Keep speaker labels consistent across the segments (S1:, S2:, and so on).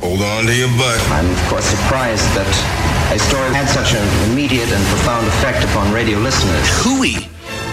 S1: Hold on to your butt.
S2: I'm of course surprised that a story had such an immediate and profound effect upon radio listeners.
S3: Hooey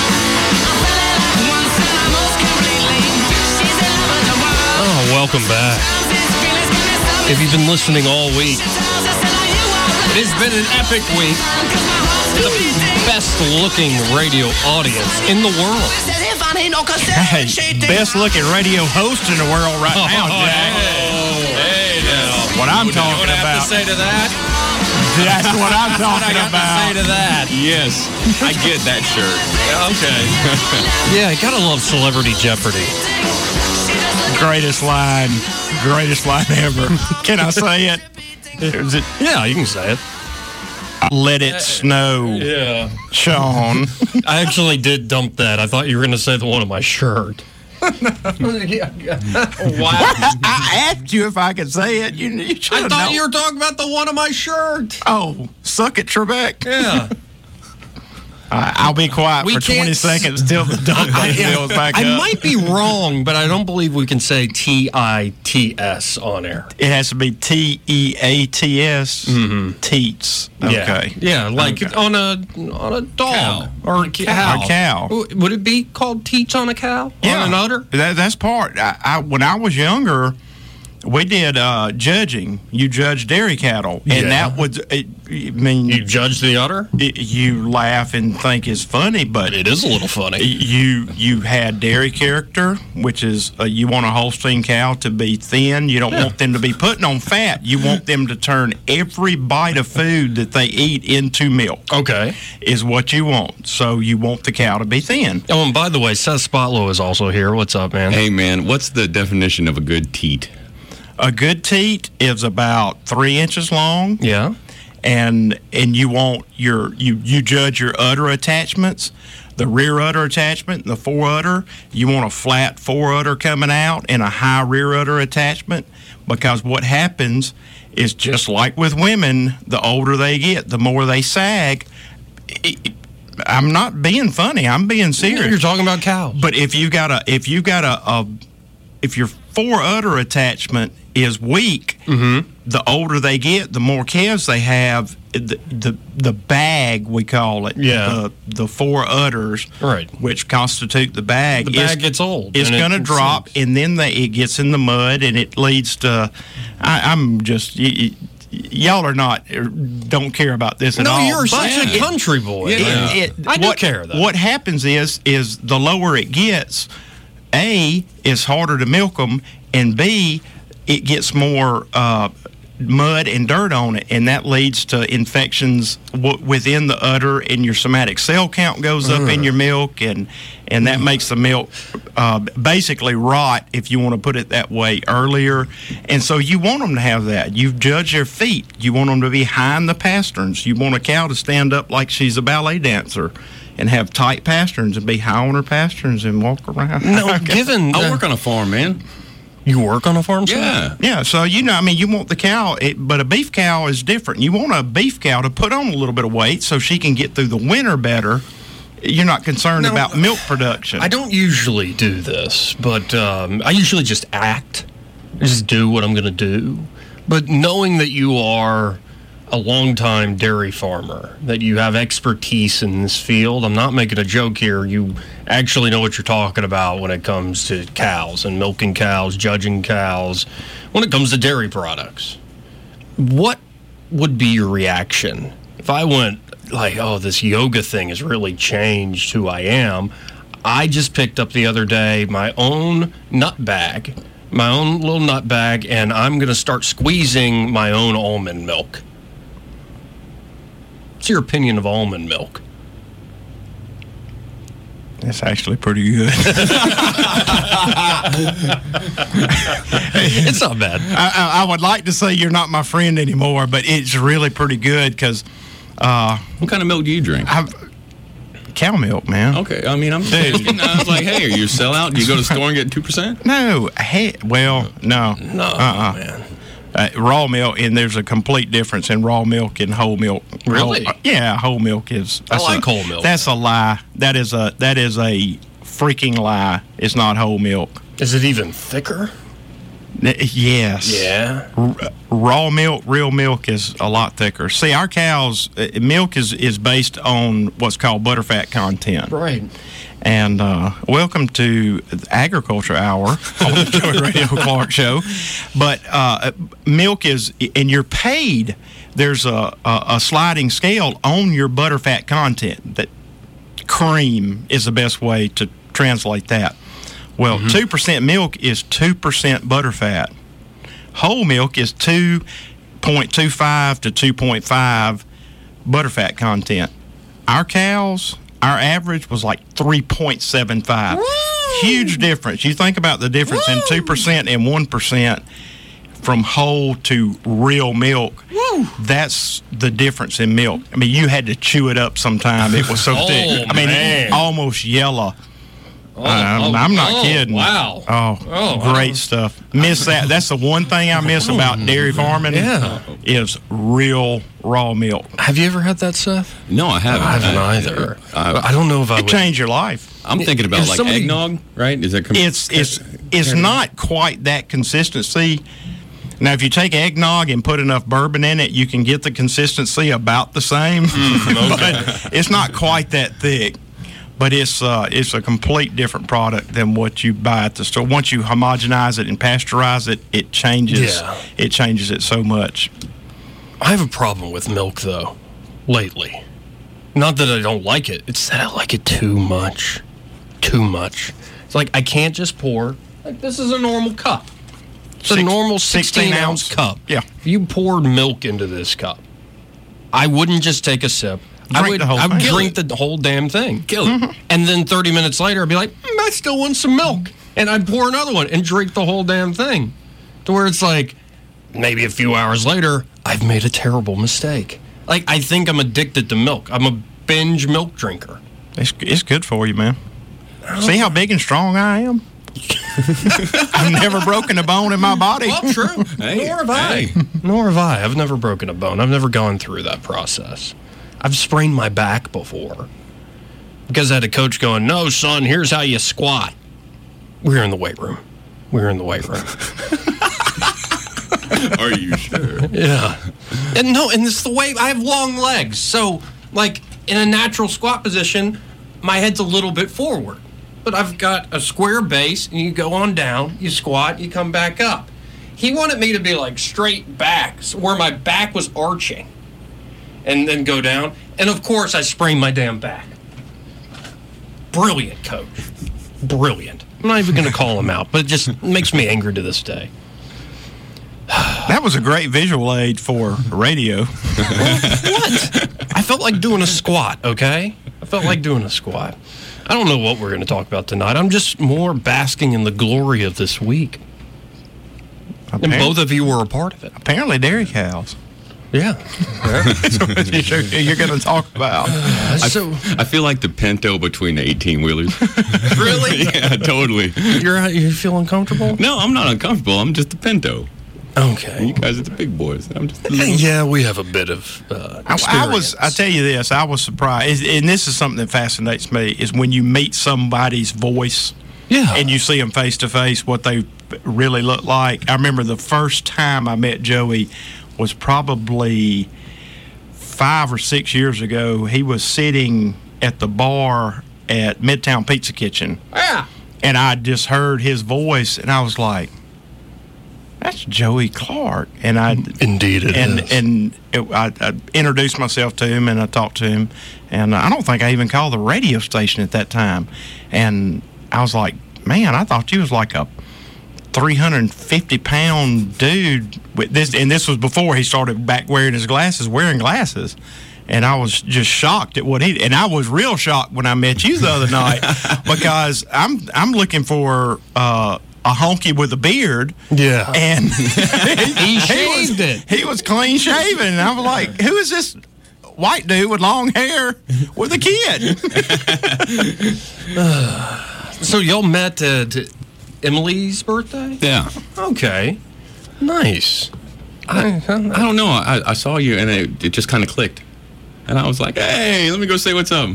S4: Oh, welcome back. If you've been listening all week, it has been an epic week. The best looking radio audience in the world.
S5: Hey, best looking radio host in the world right oh, now, Jack.
S4: oh. Hey, hey now.
S5: What I'm talking
S4: what
S5: about.
S4: Have to say to that?
S5: That's what I'm talking
S4: what To
S5: about.
S4: say to that.
S6: Yes, I get that shirt.
S4: Okay. yeah, you gotta love Celebrity Jeopardy
S5: greatest line, greatest line ever. can I say it? Is it?
S4: Yeah, you can say it.
S5: Let it snow.
S4: Yeah,
S5: Sean.
S4: I actually did dump that. I thought you were going to say the one on my shirt.
S5: wow! I asked you if I could say it. You, you
S4: I thought
S5: known.
S4: you were talking about the one on my shirt.
S5: Oh, suck it, Trebek.
S4: Yeah.
S5: I'll be quiet we for 20 seconds till the dog fills back
S4: I
S5: up.
S4: I might be wrong, but I don't believe we can say T I T S on air.
S5: It has to be T E A T S. Teats.
S4: Okay. Mm-hmm. Yeah, yeah like okay. on a on a dog cow.
S5: or a cow. Or a cow.
S4: Would it be called teats on a cow?
S5: Yeah.
S4: On an udder?
S5: That, that's part. I, I, when I was younger. We did uh, judging. You judged dairy cattle, and yeah. that was. It, I mean,
S4: you judge the udder.
S5: It, you laugh and think is funny, but
S4: it is a little funny.
S5: You you had dairy character, which is uh, you want a Holstein cow to be thin. You don't yeah. want them to be putting on fat. You want them to turn every bite of food that they eat into milk.
S4: Oh, Okay,
S5: is what you want. So you want the cow to be thin.
S4: Oh, and by the way, Seth Spotlow is also here. What's up, man?
S6: Hey, man. What's the definition of a good teat?
S5: a good teat is about three inches long.
S4: Yeah.
S5: And and you want your you you judge your udder attachments, the rear udder attachment, and the fore udder. You want a flat fore udder coming out and a high rear udder attachment because what happens is just like with women, the older they get, the more they sag. It, I'm not being funny. I'm being serious.
S4: You're talking about cows.
S5: Oh, But if you got a if you got a, a if your four udder attachment is weak,
S4: mm-hmm.
S5: the older they get, the more calves they have. The the, the bag we call it,
S4: yeah,
S5: the, the four udders,
S4: right,
S5: which constitute the bag.
S4: The bag gets old.
S5: It's going it to drop, sinks. and then they, it gets in the mud, and it leads to. I, am just. It, it, y'all are not er, don't care about this at
S4: no,
S5: all.
S4: No, you're such a country boy.
S5: Yeah. It,
S4: I
S5: what,
S4: do care. Though.
S5: What happens is is the lower it gets, a, it's harder to milk them, and B, it gets more uh, mud and dirt on it, and that leads to infections w- within the udder, and your somatic cell count goes up mm. in your milk, and and that mm. makes the milk uh, basically rot, if you want to put it that way, earlier. And so you want them to have that. You judge their feet. You want them to be high in the pasterns. You want a cow to stand up like she's a ballet dancer and have tight pasterns and be high on her pasterns and walk around.
S4: No, given
S6: the, I work on a farm, man.
S4: You work on a farm, sir?
S6: yeah,
S5: yeah. So you know, I mean, you want the cow, it, but a beef cow is different. You want a beef cow to put on a little bit of weight so she can get through the winter better. You're not concerned no, about milk production.
S4: I don't usually do this, but um, I usually just act, just do what I'm going to do. But knowing that you are a longtime dairy farmer, that you have expertise in this field. I'm not making a joke here. You actually know what you're talking about when it comes to cows and milking cows, judging cows, when it comes to dairy products. What would be your reaction if I went, like, oh, this yoga thing has really changed who I am? I just picked up the other day my own nut bag, my own little nut bag, and I'm going to start squeezing my own almond milk. What's your opinion of almond milk?
S5: That's actually pretty good.
S4: it's not bad.
S5: I, I, I would like to say you're not my friend anymore, but it's really pretty good because
S6: What kind of milk do you drink?
S5: cow milk, man.
S6: Okay, I mean, I'm just thinking, I was like, hey, are you a sellout? Do you go to the store and get 2%?
S5: No, he- well, no,
S4: No,
S5: uh-uh.
S4: man.
S5: Uh, raw milk, and there's a complete difference in raw milk and whole milk.
S4: Really?
S5: Whole- uh, yeah, whole milk is.
S4: I
S5: that's a-
S4: like whole milk.
S5: That's a lie. That is a that is a freaking lie. It's not whole milk.
S4: Is it even thicker?
S5: N- yes.
S4: Yeah.
S5: raw milk, real milk is a lot thicker. See, our cows' uh, milk is, is based on what's called butterfat content.
S4: Right.
S5: And uh, welcome to the Agriculture Hour on the Joey Radio Clark Show. But uh, milk is, and you're paid. There's a, a, a sliding scale on your butterfat content. That cream is the best way to translate that. Well, 2% milk is 2% butterfat whole milk is 2.25 to 2.5 butterfat content. Our cows, our average was like 3.75. Huge difference. You think about the difference in 2% and 1% from whole to real milk. That's the difference in milk. I mean, you had to chew it up sometime. It was so
S4: Oh,
S5: thick. I mean,
S4: man.
S5: it almost yellow.
S4: Oh,
S5: I'm,
S4: oh,
S5: I'm not
S4: oh,
S5: kidding.
S4: Wow.
S5: Oh,
S4: Oh,
S5: great
S4: I-
S5: stuff. Miss that. That's the one thing I miss about dairy farming.
S4: Yeah.
S5: Is real raw milk.
S4: Have you ever had that, Seth?
S6: No, I haven't.
S4: I haven't
S6: I-
S4: either. I, don't know if I
S5: It
S4: would.
S5: changed your life.
S6: I'm thinking about
S4: If
S6: like
S4: somebody-
S6: eggnog, right? Is that com-
S5: It's it's it's not quite that consistency. Now, if you take eggnog and put enough bourbon in it, you can get the consistency about the same. but it's not quite that thick. But it's uh, it's a complete different product than what you buy at the store. Once you homogenize it and pasteurize it, it changes.
S4: Yeah.
S5: It changes it so much.
S4: I have a problem with milk though, lately. Not that I don't like it, it's that I like it too much. Too much. It's like I can't just pour. Like this is a normal cup. It's a
S5: Six-
S4: normal 16,
S5: 16
S4: ounce,
S5: ounce.
S4: cup.
S5: Yeah.
S4: If you poured milk into this cup, I wouldn't just take a sip. I
S5: Drink
S4: would,
S5: the whole
S4: I would
S5: thing. Mm-hmm.
S4: drink the whole damn thing. Kill it. And then 30 minutes later, I'd be like, "Mm, I still want some milk. And I'd pour another one and drink the whole damn thing. To where it's like, maybe a few hours later, I've made a terrible mistake. Like, I think I'm addicted to milk. I'm a binge milk drinker.
S5: It's, it's good for you, man. See how big and strong I am? I've never broken a bone in my body.
S4: Well, true. Nor have I. Nor have I. I've never broken a bone. I've never gone through that process. I've sprained my back before because I had a coach going, "No, son, here's how you squat." We were in the weight room. We were in the weight room.
S6: Are you sure?
S4: yeah. And no, and it's the way I have long legs, so like in a natural squat position, my head's a little bit forward. But I've got a square base, and you go on down, you squat, you come back up. He wanted me to be like straight back, so where my back was arching, and then go down. And of course, I sprained my damn back. Brilliant coach. Brilliant. I'm not even going to call him out, but it just makes me angry to this day.
S5: That was a great visual aid for radio.
S4: I felt like doing a squat, okay? I felt like doing a squat. I don't know what we're going to talk about tonight. I'm just more basking in the glory of this week. And both of you were a part of it.
S5: Apparently, dairy cows.
S4: Yeah.
S5: you're going to talk about.
S4: so
S6: I feel like the pinto between the 18 wheelers. really? yeah, totally.
S4: you're you feel uncomfortable?
S6: No, I'm not uncomfortable. I'm just the pinto. You
S4: Okay.
S6: guys are the big boys. I'm just.
S4: Yeah, we have a bit of uh,
S5: I, I was. I tell you this. I was surprised, and this is something that fascinates me: is when you meet somebody's voice.
S4: yeah.
S5: and you see them face to face, what they really look like. I remember the first time I met Joey was probably five or six years ago. He was sitting at the bar at Midtown Pizza Kitchen,
S4: yeah.
S5: and I just heard his voice, and I was like, "That's Joey Clark," and I.
S4: Indeed, it
S5: and
S4: is.
S5: and it, I, I introduced myself to him and I talked to him and I don't think I even called the radio station at that time and I was like man I thought you was like a 350 pound dude with this and this was before he started back wearing his glasses wearing glasses And I was just shocked at what he and I was real shocked when I met you the other night because I'm I'm looking for uh, a honky with a beard.
S4: Yeah.
S5: and he
S4: shaved
S5: was,
S4: it.
S5: He was clean shaven, and I was like, "Who is this white dude with long hair with a kid?"
S4: So y'all met at Emily's birthday?
S6: Yeah.
S4: Okay. Nice. I,
S6: I don't know. I, I saw you and it, it just kind of clicked. And I was like, hey, let me go say what's up.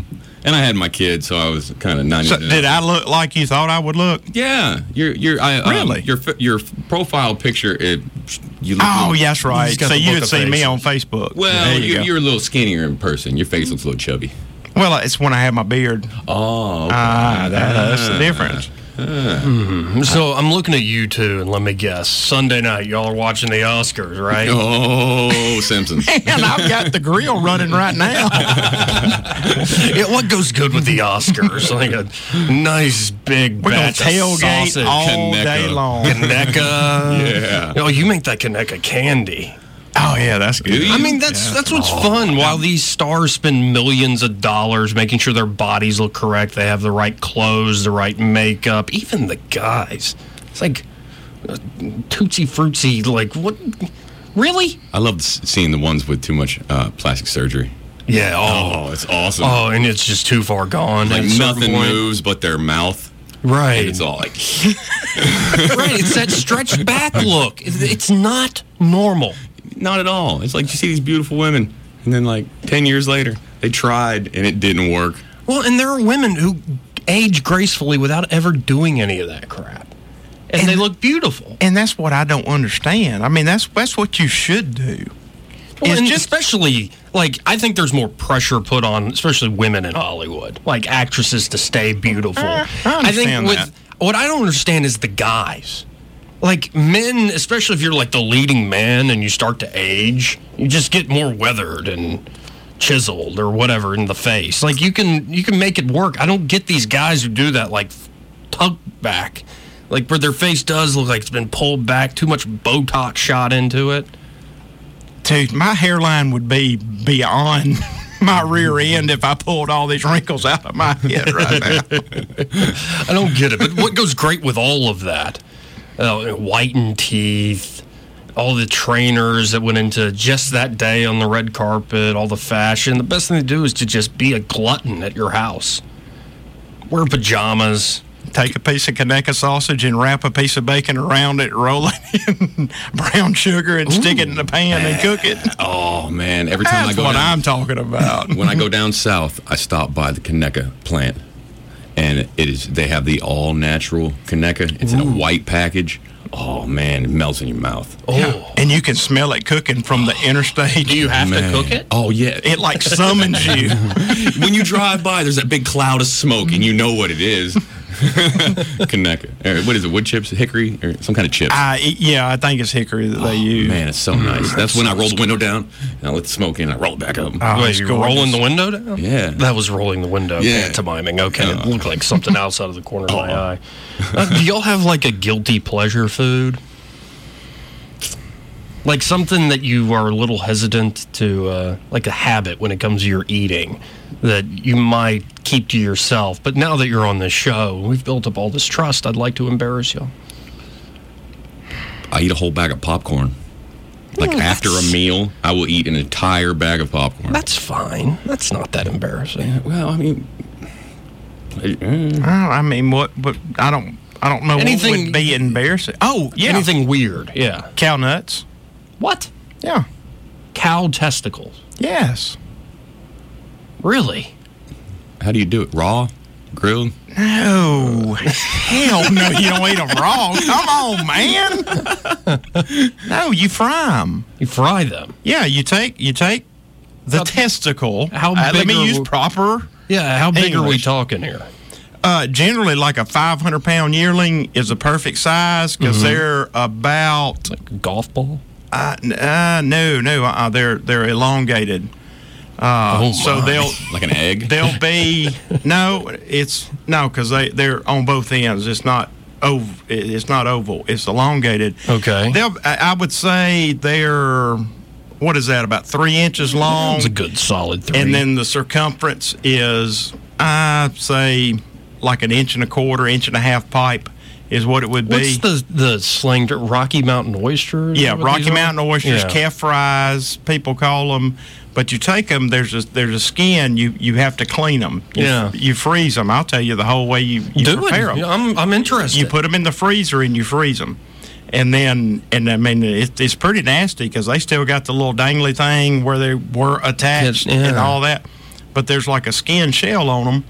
S6: And I had my kid, so I was kind of not
S5: So,
S6: even-
S5: did I look like you thought I would look?
S6: Yeah, your your I, um,
S5: Really?
S6: your f- your f- profile picture. It, you look,
S5: Oh, yeah, that's right.
S4: got
S5: So
S4: the
S5: you
S4: book
S5: had
S4: of
S5: seen me
S4: faces.
S5: on Facebook.
S6: Well,
S5: There you
S6: you
S5: go.
S6: you, are a little skinnier in person. Your face looks a little chubby.
S5: well, it's when I had my beard.
S6: Oh, okay.
S5: Ah, that- that's the difference.
S4: so I'm looking at you two, and let me guess. Sunday night, y'all are watching the Oscars, right?
S6: oh, Simpsons.
S5: And I've got the grill running right now.
S4: Yeah, what goes good with the Oscars? like a nice big
S5: We're going
S4: batch
S5: to tailgate
S4: of sausage.
S5: all
S6: Kaneka.
S5: day long.
S4: Kaneka.
S6: Yeah.
S4: Oh, you make that Kaneka candy.
S5: Oh, yeah, that's good.
S6: Do you?
S4: I mean, that's that's what's fun. While these stars spend millions of dollars making sure their bodies look correct, they have the right clothes, the right makeup. Even the guys, it's like uh, tootsie fruitsy. Like what? Really?
S6: I love s- seeing the ones with too much uh, plastic surgery.
S4: Yeah. Oh.
S6: Oh, it's awesome.
S4: Oh, and it's just too far gone.
S6: like
S4: at a certain
S6: nothing
S4: point.
S6: moves but their mouth.
S4: Right.
S6: It's all like
S4: right. It's that stretched back look. It- It's not normal.
S6: not at all. It's like you see these beautiful women, and then like ten years later, they tried and it didn't work.
S4: Well, and there are women who age gracefully without ever doing any of that crap, and, they look beautiful.
S5: And that's what I don't understand. I mean, that's that's what you should do.
S4: Well,
S5: It's
S4: and
S5: just-
S4: especially like I think there's more pressure put on, especially women in Hollywood, like actresses to stay beautiful.
S5: understand
S4: think
S5: that.
S4: with what I don't understand is the guys. Like men, especially if you're like the leading man and you start to age, you just get more weathered and chiseled or whatever in the face. Like you can you can make it work. I don't get these guys who do that like tug back. Like where their face does look like it's been pulled back, too much Botox shot into it.
S5: Dude, my hairline would be beyond my rear end if I pulled all these wrinkles out of my head right now.
S4: I don't get it. But what goes great with all of that? Uh, whitened teeth, all the trainers that went into just that day on the red carpet, all the fashion. The best thing to do is to just be a glutton at your house. Wear pajamas.
S5: Take a piece of Kaneka sausage and wrap a piece of bacon around it, roll it in brown sugar and stick it in the pan and cook it.
S6: Oh man, every time I
S5: That's
S6: go
S5: what
S6: down,
S5: I'm talking about.
S6: when I go down south, I stop by the Kaneka plant, and it is they have the all natural Kaneka. It's in a white package. Oh man, it melts in your mouth.
S4: Oh,
S5: and you can smell it cooking from the interstate.
S4: do you have
S6: Man.
S4: to cook it?
S6: Oh yeah.
S5: It like summons you.
S6: when you drive by, there's that big cloud of smoke, and you know what it is. Kaneka. Or What is it? Wood chips, hickory, or some kind of chips. Oh,
S5: I, yeah, I think it's hickory that they use. Mm.
S6: Man, it's so nice. That's when I roll the window down, and I let the smoke in, and I roll it back up.
S5: Oh,
S4: Wait,
S5: it's
S4: you're
S5: gorgeous.
S4: rolling the window down?
S6: Yeah.
S4: That was rolling the window,
S6: Yeah.
S4: pantomiming. Okay, it looked like something else out of the corner of my eye. Uh, do y'all have like a guilty pleasure food? Like something that you are a little hesitant to, uh, like a habit when it comes to your eating that you might keep to yourself. But now that you're on this show, we've built up all this trust, I'd like to embarrass you.
S6: I eat a whole bag of popcorn. Like after a meal, I will eat an entire bag of popcorn.
S4: That's fine. That's not that embarrassing.
S6: Well, I mean,
S5: Oh, I, I mean, what? But I don't. I don't know what
S4: Anything-
S5: would be embarrassing. Oh yeah,
S4: Anything weird. Yeah.
S5: cow nuts.
S4: What?
S5: Yeah.
S4: Cow testicles.
S5: Yes.
S4: Really?
S6: how do you do it? Raw, grilled?
S5: No. Oh, Hell no. You don't eat them raw. Come on, man. No, you fry them.
S4: You fry them.
S5: Yeah, you take you take the
S4: How-
S5: testicle.
S4: how
S5: Uh, let
S4: big
S5: me
S4: are
S5: use
S4: we-
S5: proper.
S4: Yeah, how big are we
S5: English.
S4: talking here?
S5: Uh, generally, like a 500 pound yearling is the perfect size because
S4: Mm-hmm.
S5: they're about
S4: Like golf ball?
S5: Uh, n- uh, no, no, uh, they're they're elongated. Uh,
S4: Oh,
S5: so
S4: my.
S5: they'll
S6: Like an egg?
S5: they'll be no, it's no because they they're on both ends. It's not oval. It's not oval. It's elongated.
S4: Okay.
S5: They'll. I, I would say they're what is that? About three inches long.
S4: It's a good solid three.
S5: And then the circumference is, I say, like an inch and a quarter, inch and a half pipe is what it would be.
S4: what's the the slang? ter- Rocky Mountain oyster? Is
S5: yeah,
S4: that what
S5: Rocky
S4: these are?
S5: Mountain oysters,
S4: Yeah.
S5: calf fries, people call them. But you take them. There's a there's a skin. You you have to clean them. You,
S4: Yeah.
S5: You freeze them. I'll tell you the whole way you, you
S4: Do it.
S5: prepare them.
S4: I'm I'm interested.
S5: You put them in the freezer and you freeze them. And then, and I mean, it, it's pretty nasty because they still got the little dangly thing where they were attached
S4: Yeah.
S5: and all that. But there's like a skin shell on them,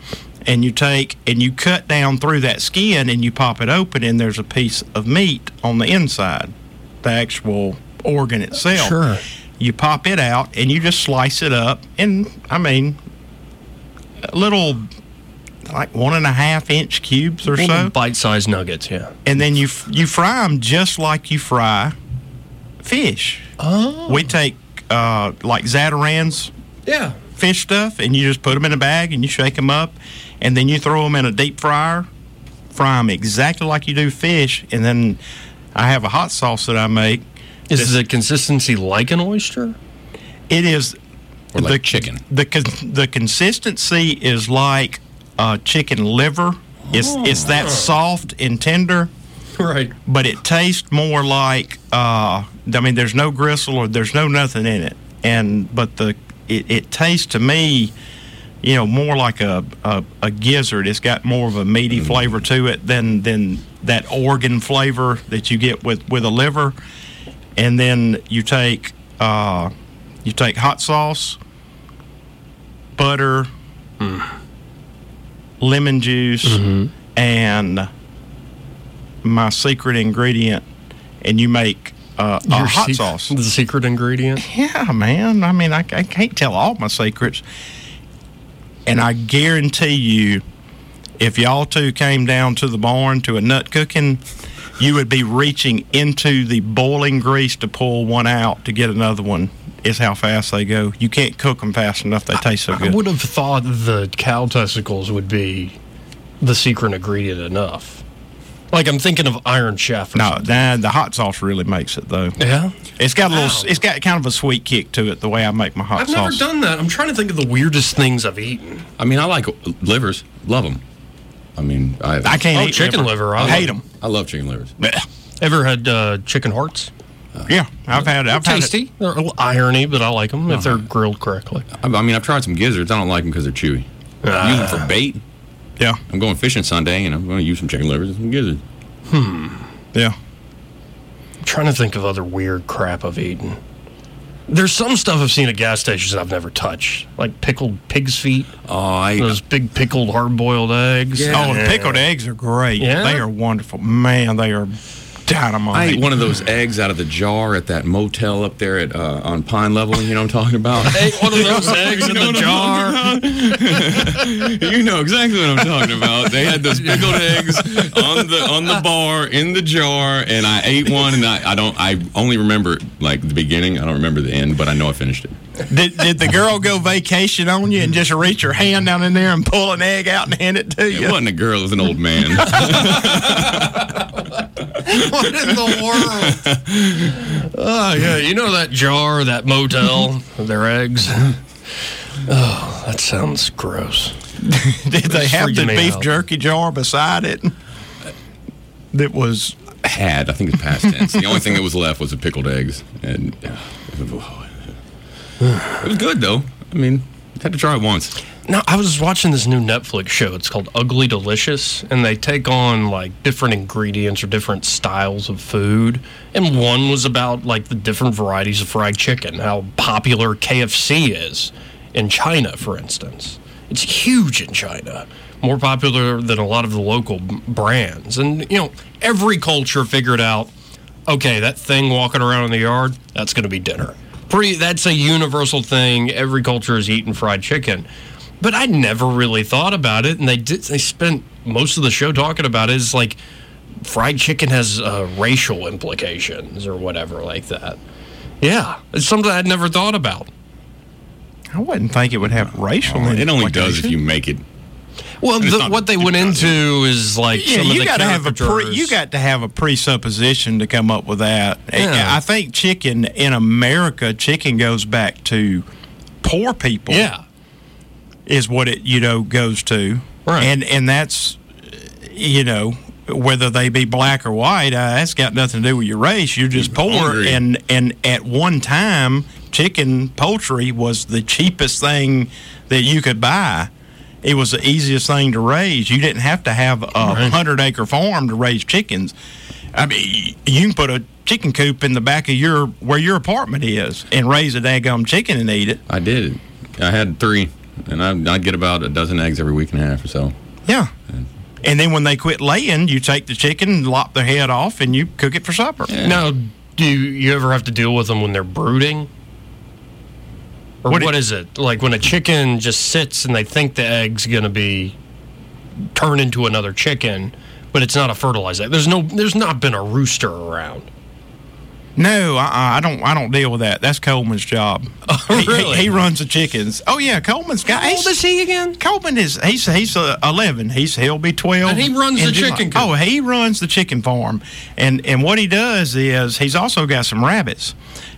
S5: and you take and you cut down through that skin and you pop it open, and there's a piece of meat on the inside, the actual organ itself.
S4: Sure.
S5: You pop it out and you just slice it up, and I mean, a little like one and a half inch cubes or
S4: Little
S5: so
S4: bite-sized nuggets. Yeah.
S5: and then you f- you fry them just like you fry fish. Oh. We take uh, like Zatarans
S4: Yeah.
S5: fish stuff, and you just put them in a bag and you shake them up, and then you throw them in a deep fryer, fry them exactly like you do fish, and then I have a hot sauce that I make.
S4: Is the consistency like an oyster?
S5: It is
S6: Or like chicken.
S5: The con- the consistency is like uh, chicken liver. It's it's
S6: Oh.
S5: that soft and tender.
S4: Right.
S5: but it tastes more like uh, I mean, there's no gristle or there's no nothing in it, and but the it, it tastes to me, you know, more like a, a a gizzard. It's got more of a meaty flavor to it than than that organ flavor that you get with with a liver, and then you take uh, you take hot sauce, butter, lemon juice, and my secret ingredient, and you make uh, a hot
S4: sec-
S5: sauce.
S4: The secret ingredient.
S5: Yeah, man. I mean, I, I can't tell all my secrets. And I guarantee you, if y'all two came down to the barn to a nut cooking, you would be reaching into the boiling grease to pull one out to get another one. Is how fast they go. You can't cook them fast enough. They taste so
S4: I
S5: good.
S4: would have thought the cow testicles would be the secret ingredient enough. Like I'm thinking of Iron Chef. Or
S5: No,
S4: something.
S5: nah, the hot sauce really makes it though.
S4: Yeah.
S5: It's got a little. It's got kind of a sweet kick to it. The way I make my hot
S4: I've never
S5: sauce.
S4: done that. I'm trying to think of the weirdest things I've eaten.
S6: I mean, I like livers. Love them. I mean, I
S5: I can't
S4: Oh,
S5: eat
S4: chicken liver, I
S5: I hate them.
S4: love-
S6: I love chicken livers.
S4: Ever had uh, chicken hearts?
S5: Yeah, I've had. I've had it. Uh-huh.
S4: tasty. They're a little irony, but I like them if they're grilled correctly.
S6: I, I mean, I've tried some gizzards. I don't like them because they're chewy. Use them for bait.
S5: Ah. Yeah,
S6: I'm going fishing Sunday, and I'm going to use some chicken livers and some gizzards.
S5: Hmm. yeah.
S4: I'm trying to think of other weird crap I've eaten. There's some stuff I've seen at gas stations that I've never touched, like pickled pig's feet,
S6: Oh, I,
S4: those big pickled hard-boiled eggs.
S5: Oh, and pickled eggs are great.
S4: Yeah?
S5: They are wonderful. Man, they are dynamite.
S6: I ate one of those eggs out of the jar at that motel up there at uh, on Pine Level. You know what I'm talking about?
S4: Hey, one of those eggs in the jar.
S6: you know exactly what I'm talking about. They had those pickled eggs on the on the bar in the jar, and I ate one, and I, I don't. I only remember like the beginning. I don't remember the end, but I know I finished it.
S5: did, did the girl go vacation on you and just reach her hand down in there and pull an egg out and hand it to
S6: It
S5: you?
S6: wasn't a girl; it was an old man. I
S4: what in the world? Oh, yeah. You know that jar, that motel, their eggs? Oh, that sounds gross.
S5: Did they
S4: It's
S5: have the
S4: freaking me
S5: beef
S4: out.
S5: jerky jar beside it? That was
S6: had. I think it's past tense. The only thing that was left was the pickled eggs, and uh, it was good though. I mean, had to try it once.
S4: No, I was watching this new Netflix show. It's called Ugly Delicious, and they take on like different ingredients or different styles of food. And one was about like the different varieties of fried chicken, how popular KFC is in China, for instance. It's huge in China, more popular than a lot of the local b- brands. And, you know, every culture figured out okay, that thing walking around in the yard, that's going to be dinner. Pretty, that's a universal thing. Every culture is eating fried chicken. But I never really thought about it, and they did. They spent most of the show talking about it. It's like fried chicken has uh, racial implications or whatever like that. Yeah, it's something I'd never thought about.
S5: I wouldn't think it would have racial.
S6: It only does if
S5: implications.
S6: you make it.
S4: Well,
S6: It's
S4: the,
S6: not-
S4: what they went into is like
S5: Yeah,
S4: some of
S5: you
S4: the
S5: got to have a pre,
S4: caricatures.
S5: you got to have a presupposition to come up with that. I-
S4: Yeah.
S5: I think chicken in America, chicken goes back to poor people.
S4: yeah.
S5: is what it you know goes to,
S4: Right.
S5: And and that's you know whether they be black or white, uh, that's got nothing to do with your race. You're just poor,
S6: Hungry.
S5: and and at one time, chicken poultry was the cheapest thing that you could buy. It was the easiest thing to raise. You didn't have to have a hundred acre farm to raise chickens. I mean, you can put a chicken coop in the back of your where your apartment is and raise a daggum chicken and eat it.
S6: I did. I had three, and I, I'd get about a dozen eggs every week and a half or so.
S5: Yeah. And then when they quit laying, you take the chicken, lop their head off, and you cook it for supper.
S4: Now, do you ever have to deal with them when they're brooding? Or
S5: What it-
S4: what is it? Like when a chicken just sits and they think the egg's going to be turned into another chicken, but it's not a fertilized egg. There's no there's not been a rooster around.
S5: No, uh-uh, I don't. I don't deal with that. That's Coleman's job. He-
S4: Oh, really?
S5: He, he runs the chickens. Oh yeah, Coleman's got.
S4: How old is he again?
S5: Coleman is he's he's uh, eleven. He's he'll be twelve.
S4: And he runs
S5: in
S4: the
S5: July.
S4: chicken coop.
S5: Oh, he runs the chicken farm, and and what he does is he's also got some rabbits,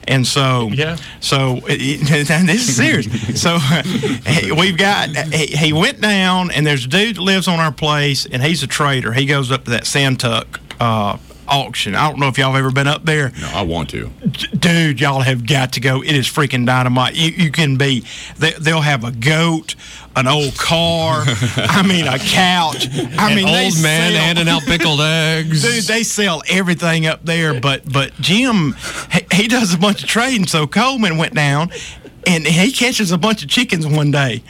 S5: and so
S4: Yeah.
S5: So and this is serious. so he- we've got he, he went down, and there's a dude that lives on our place, and he's a trader. He goes up to that Santuck. Uh, Auction. I don't know if y'all have ever been up there
S6: No, I want to.
S5: dude, y'all have got to go. It is freaking dynamite. You, you can be. They, they'll have a goat, an old car. I mean, a couch. I mean, they sell-
S4: out pickled eggs.
S5: Dude, they sell everything up there, but but Jim, he, he does a bunch of trading. So Coleman went down, and he catches a bunch of chickens one day,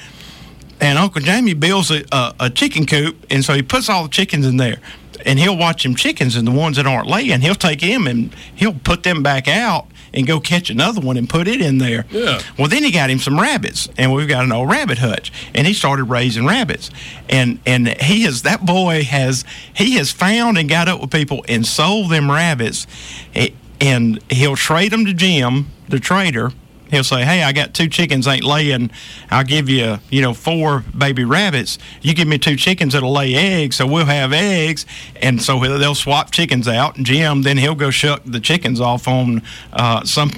S5: and Uncle Jamie builds a, a, a chicken coop, and so he puts all the chickens in there, and he'll watch them chickens, and the ones that aren't laying, he'll take them and he'll put them back out. And go catch another one and put it in there.
S4: Yeah.
S5: Well, then he got him some rabbits, and we've got an old rabbit hutch, and he started raising rabbits, and and he has that boy has he has found and got up with people and sold them rabbits, A- and he'll trade them to Jim, the trader. He'll say, "Hey, I got two chickens ain't laying. I'll give you, you know, four baby rabbits. You give me two chickens that'll lay eggs, so we'll have eggs." And so he'll- they'll swap chickens out, and Jim then he'll go shuck the chickens off on uh, some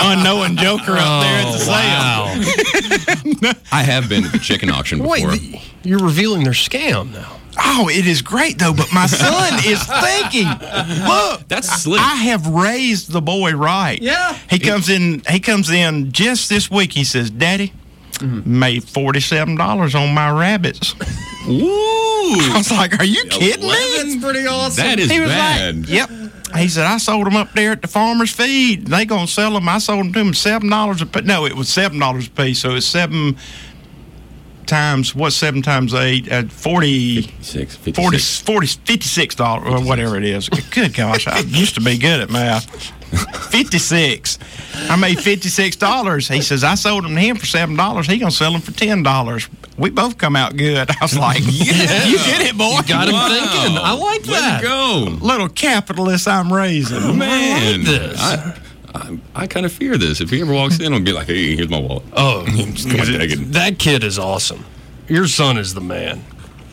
S5: unknowing joker up there
S6: Oh,
S5: at the sale.
S6: I have been to the chicken auction
S4: Oh, Wait,
S6: before.
S4: th- you're revealing their scam now.
S5: Oh, it is great though, but my son is thinking. Look,
S6: That's slick.
S5: I have raised the boy right.
S7: Yeah.
S5: He comes in. He comes in just this week. He says, "Daddy."
S6: Mm-hmm.
S5: Made forty-seven dollars on my rabbits. I
S6: Ooh,
S5: was like, "Are you kidding me?"
S4: pretty awesome.
S6: that is
S5: He was
S6: bad.
S5: like, "Yep." He said, "I sold them up there at the farmer's feed. They gonna sell them. I sold them to them seven dollars a piece. No, it was seven dollars a piece. So it's seven times what? Seven times eight? Uh, Forty.
S6: Six,
S5: 40,
S6: 56.
S5: 40 56 dollars or whatever it is. Good gosh, I used to be good at math. 56. I made $56. He says, I sold them to him for $7. He going to sell them for $10. We both come out good. I was like, yeah, you did it, boy.
S4: Got him thinking. I like
S6: Way
S4: that.
S6: to go.
S5: Little capitalist I'm raising.
S6: Man,
S4: like this.
S6: I, I, I kind of fear this. If he ever walks in, I'll be like, "Hey, here's my wallet."
S4: Oh,
S6: Come on, take it.
S4: that kid is awesome. Your son is the man.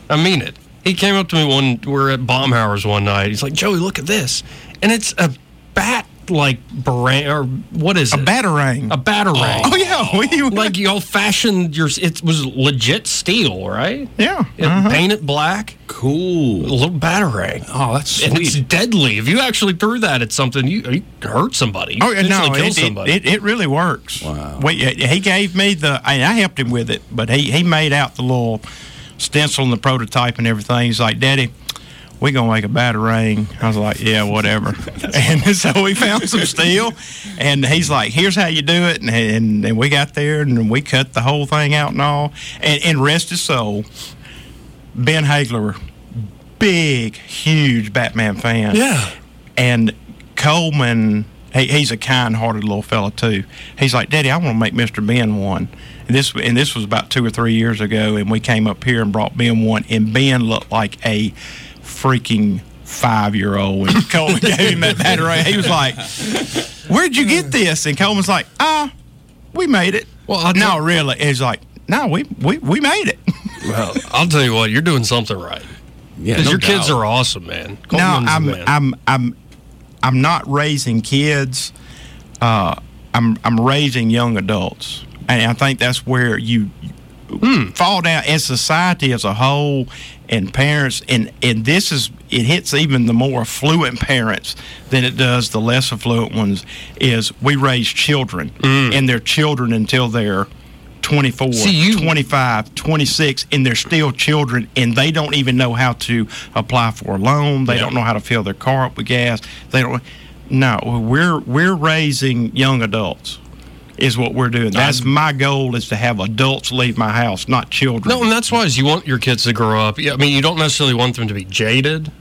S4: I mean it. He came up to me one. We were at Baumhauer's one night. He's like, Joey, look at this, and it's a bat like beret or what is
S5: A
S4: it?
S5: batarang.
S4: A batarang.
S5: oh, yeah. We,
S4: Like you all fashioned your. It was legit steel, right?
S5: yeah. Uh-huh.
S4: It, Paint it black.
S6: Cool.
S4: A little batarang.
S6: Oh, that's
S4: And it's deadly. If you actually threw that at something, you, you hurt somebody. You
S5: Oh yeah, no,
S4: potentially kill
S5: it, it-
S4: somebody.
S5: It, it, really works.
S6: Wow.
S5: Wait, yeah, he gave me the, I, I helped him with it, but he he made out the little stencil and the prototype and everything. He's like, Daddy. We gonna make a batarang. I was like, yeah, whatever. and so we found some steel, and he's like, here's how you do it. And, and, and we got there, and we cut the whole thing out and all. And, and rest his soul, Ben Hagler, big, huge Batman fan.
S4: Yeah.
S5: And Coleman, he, he's a kind-hearted little fella too. He's like, Daddy, I want to make Mister Ben one. And this and this was about two or three years ago, and we came up here and brought Ben one, and Ben looked like a freaking five-year-old. And Coleman gave him that battery. He was like, Where'd you get this? And Coleman's like, Ah, we made it.
S4: Well, I'll
S5: no, really. And he's like, No, we we we made it.
S4: Well, I'll tell you what, you're doing something right.
S6: Yeah,
S4: 'Cause
S6: no
S4: your kids
S6: doubt.
S4: are awesome, man. Colton's
S5: No,
S4: the
S5: I'm
S4: man.
S5: I'm I'm I'm not raising kids. Uh, I'm I'm raising young adults, and I think that's where you
S4: Hmm.
S5: fall down in society as a whole, and parents, and and this is it hits even the more affluent parents than it does the less affluent ones. Is we raise children and their children until they're. 24,
S4: Hmm. See, you-
S5: 25, 26, and they're still children, and they don't even know how to apply for a loan. They
S4: Yeah.
S5: don't know how to fill their car up with gas. They don't. No, we're we're raising young adults, is what we're doing. That's my goal is to have adults leave my house, not children.
S4: No, and that's why is you want your kids to grow up. Yeah, I mean, you don't necessarily want them to be jaded.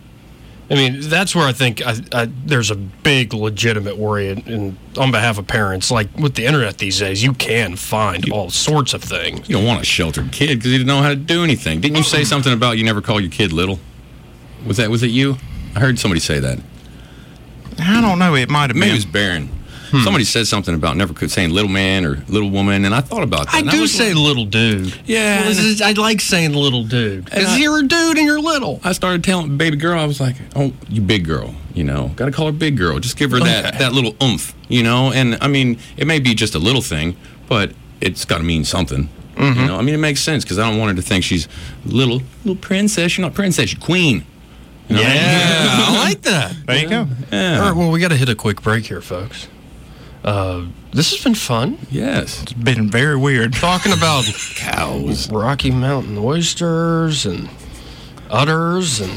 S4: I mean, that's where I think I, I, there's a big legitimate worry in, in, on behalf of parents. Like with the internet these days, you can find all sorts of things.
S6: You don't want a sheltered kid because he didn't know how to do anything. Didn't you say something about you never call your kid little? Was that was it you? I heard somebody say that.
S5: I don't know. It might have
S6: Maybe it
S5: been.
S6: was Baron. Somebody said something about never could saying little man or little woman, and I thought about that.
S4: I
S6: and
S4: do
S6: was-
S4: say little dude.
S6: Yeah,
S4: Well,
S6: and-
S4: this is- I like saying little dude
S6: And
S4: because
S6: I-
S4: you're a dude and you're little.
S6: I started telling baby girl, I was like, "Oh, you big girl, you know, gotta call her big girl. Just give her that
S4: Okay.
S6: that little oomph, you know." And I mean, it may be just a little thing, but it's got to mean something.
S5: Mm-hmm.
S6: You know, I mean, it makes sense because I don't want her to think she's little little princess. You're not princess, you're queen. You know what I mean?
S4: I like that.
S5: There you go.
S4: All right, well, we got to hit a quick break here, folks. Uh, this has been fun.
S6: Yes.
S5: It's been very weird.
S4: Talking about
S6: Cows.
S4: Rocky Mountain oysters and udders and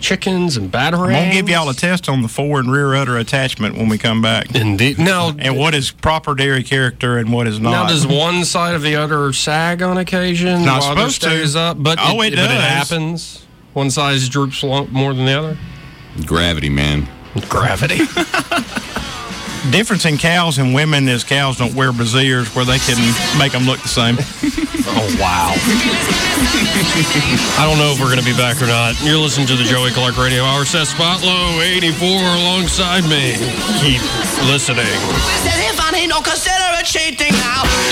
S4: chickens and batarangs.
S5: I'm gonna give y'all a test on the fore and rear udder attachment when we come back,
S4: Indeed. Now,
S5: and what is proper dairy character and what is not.
S4: now does one side of the udder sag on occasion?
S5: Not
S4: while the
S5: supposed to.
S4: stays Up, but
S5: Oh, it
S4: but
S5: does.
S4: happens. One side droops lo- more than the other.
S6: Gravity, man.
S4: Gravity.
S5: difference in cows and women is cows don't wear brassieres where they can make them look the same.
S4: oh wow. I don't know if we're going to be back or not. You're listening to the Joey Clark Radio Hour. Seth Spotlow, 84, alongside me. Keep listening.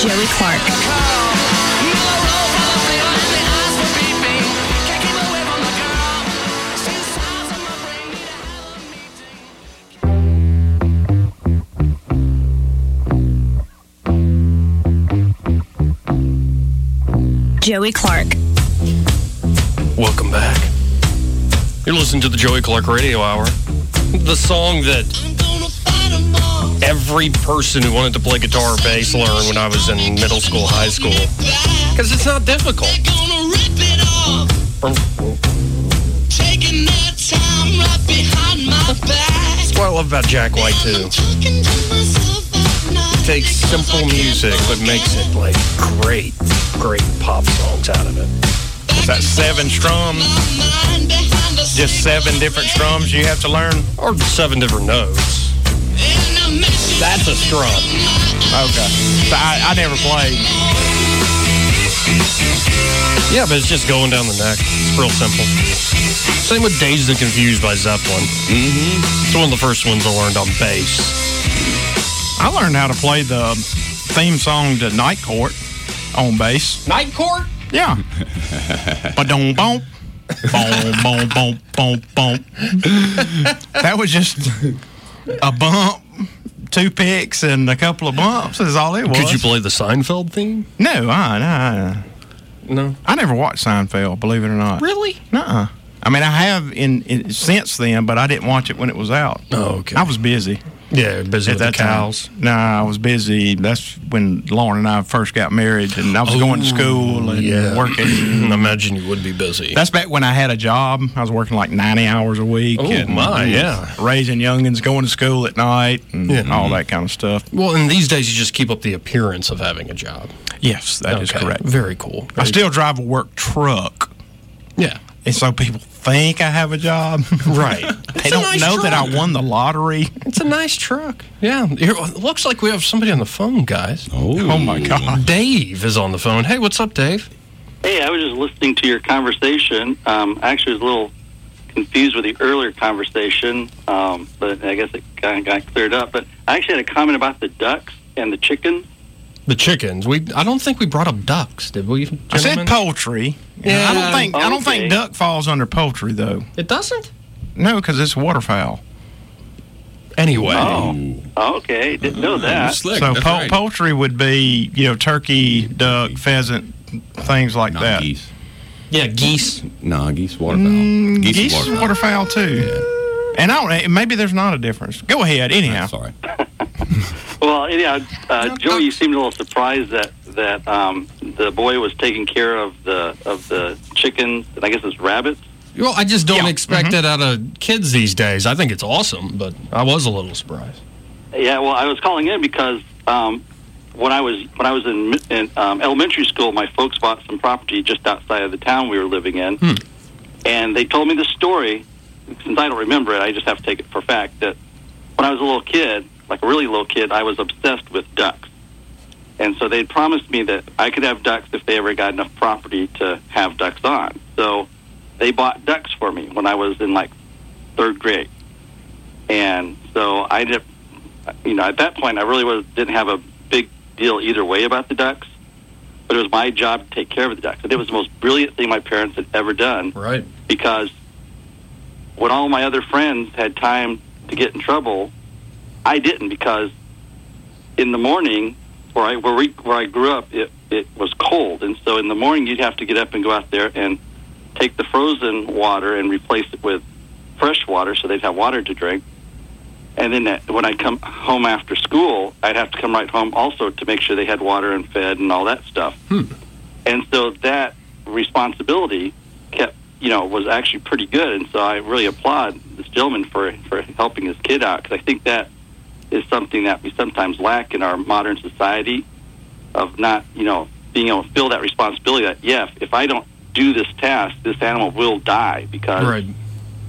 S1: Joey Clark. Joey Clark.
S4: Welcome back. You're listening to the Joey Clark Radio Hour. The song that every person who wanted to play guitar or bass learned when I was in middle school, high school. Because it's not difficult. From- That's what I love about Jack White, too. Takes simple music, but makes it like great, great pop songs out of it.
S5: Is that seven strums? Just seven different strums you have to learn?
S4: Or seven different notes. That's a strum.
S5: Okay. So I, I never played.
S4: Yeah, but it's just going down the neck. It's real simple. Same with Dazed and Confused by Zeppelin. Mm-hmm. It's one of the first ones I learned on bass.
S5: I learned how to play the theme song to Night Court on bass.
S4: Night Court?
S5: Yeah. Ba-dum bump. Boom, boom, boom, boom, boom. That was just a bump, two picks, and a couple of bumps is all it was.
S4: Could you play the Seinfeld theme?
S5: No, I, I,
S4: No.
S5: I never watched Seinfeld, believe it or not.
S4: Really?
S5: Nuh-uh. I mean, I have in, in since then, but I didn't watch it when it was out.
S4: Oh, okay.
S5: I was busy
S4: Yeah, busy
S5: at
S4: with the
S5: that
S4: cows.
S5: time. Nah, I was busy. That's when Lauren and I first got married, and I was going to school and
S4: Oh, yeah.
S5: working.
S4: I imagine you would be busy.
S5: That's back when I had a job. I was working like ninety hours a week.
S4: Oh,
S5: and
S4: my, yeah.
S5: raising youngins, going to school at night, and
S4: Yeah.
S5: all that kind of stuff.
S4: well, and these days you just keep up the appearance of having a job.
S5: Yes, that is
S4: Okay,
S5: correct.
S4: Very cool.
S5: I still drive a work truck,
S4: yeah.
S5: and so people think I have a job.
S4: Right.
S5: they don't know that I won the lottery.
S4: It's a nice truck. Yeah. Here, it looks like we have somebody on the phone, guys.
S5: Oh my god!
S4: Dave is on the phone. Hey, what's up, Dave?
S8: Hey, I was just listening to your conversation. Um, I actually was a little confused with the earlier conversation, um, but I guess it kind of got cleared up. But I actually had a comment about the ducks and the chickens.
S4: The chickens. We I don't think we brought up ducks, did we?
S5: I said poultry. Yeah. I don't think I don't think duck falls under poultry though.
S4: It doesn't.
S5: No, because it's waterfowl.
S4: Anyway.
S8: Oh. okay. Didn't
S5: Uh,
S8: know that.
S5: So pol- poultry would be you know turkey, duck, pheasant, things like
S6: Not
S5: that.
S6: geese.
S4: Yeah, geese.
S6: No, geese waterfowl.
S5: Mm,
S6: geese,
S5: geese is
S6: waterfowl.
S5: waterfowl too. And I don't. eh, Maybe there's not a difference. Go ahead. Anyhow.
S6: Sorry.
S8: Well, yeah, uh, Joey, you seemed a little surprised that that um, the boy was taking care of the of the chickens, and I guess it's rabbits.
S4: Well, I just don't expect it out of kids these days. I think it's awesome, but I was a little surprised.
S8: Yeah, well, I was calling in because um, when I was when I was in, mi- in um, elementary school, my folks bought some property just outside of the town we were living in, and they told me the story. Since I don't remember it, I just have to take it for fact that when I was a little kid, like a really little kid, I was obsessed with ducks, and so they promised me that I could have ducks if they ever got enough property to have ducks on. So they bought ducks for me when I was in like third grade, and so I ended up you know, at that point, I really was, didn't have a big deal either way about the ducks, but it was my job to take care of the ducks. And it was the most brilliant thing my parents had ever done
S4: Right.
S8: because when all my other friends had time to get in trouble, I didn't because in the morning, where I where, we, where I grew up, it it was cold, and so in the morning you'd have to get up and go out there and take the frozen water and replace it with fresh water, so they'd have water to drink. And then that, when I come home after school, I'd have to come right home also to make sure they had water and fed and all that stuff. And so that responsibility kept, you know, was actually pretty good. And so I really applaud this gentleman for for helping his kid out because I think that is something that we sometimes lack in our modern society of not, you know, being able to feel that responsibility that yeah, if, if I don't do this task, this animal will die because
S4: Right.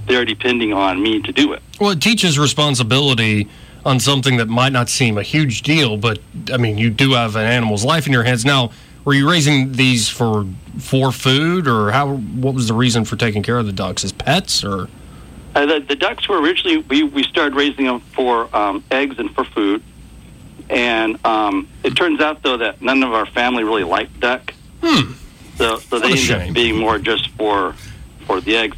S8: they're depending on me to do it.
S4: Well, it teaches responsibility on something that might not seem a huge deal, but I mean, you do have an animal's life in your hands. Now, were you raising these for for food, or how? What was the reason for taking care of the ducks? As pets, or
S8: Uh, the, the ducks were originally we, we started raising them for um, eggs and for food, and um, it turns out though that none of our family really liked duck, so so
S4: Hmm. a
S8: they ended
S4: shame.
S8: up being more just for for the eggs.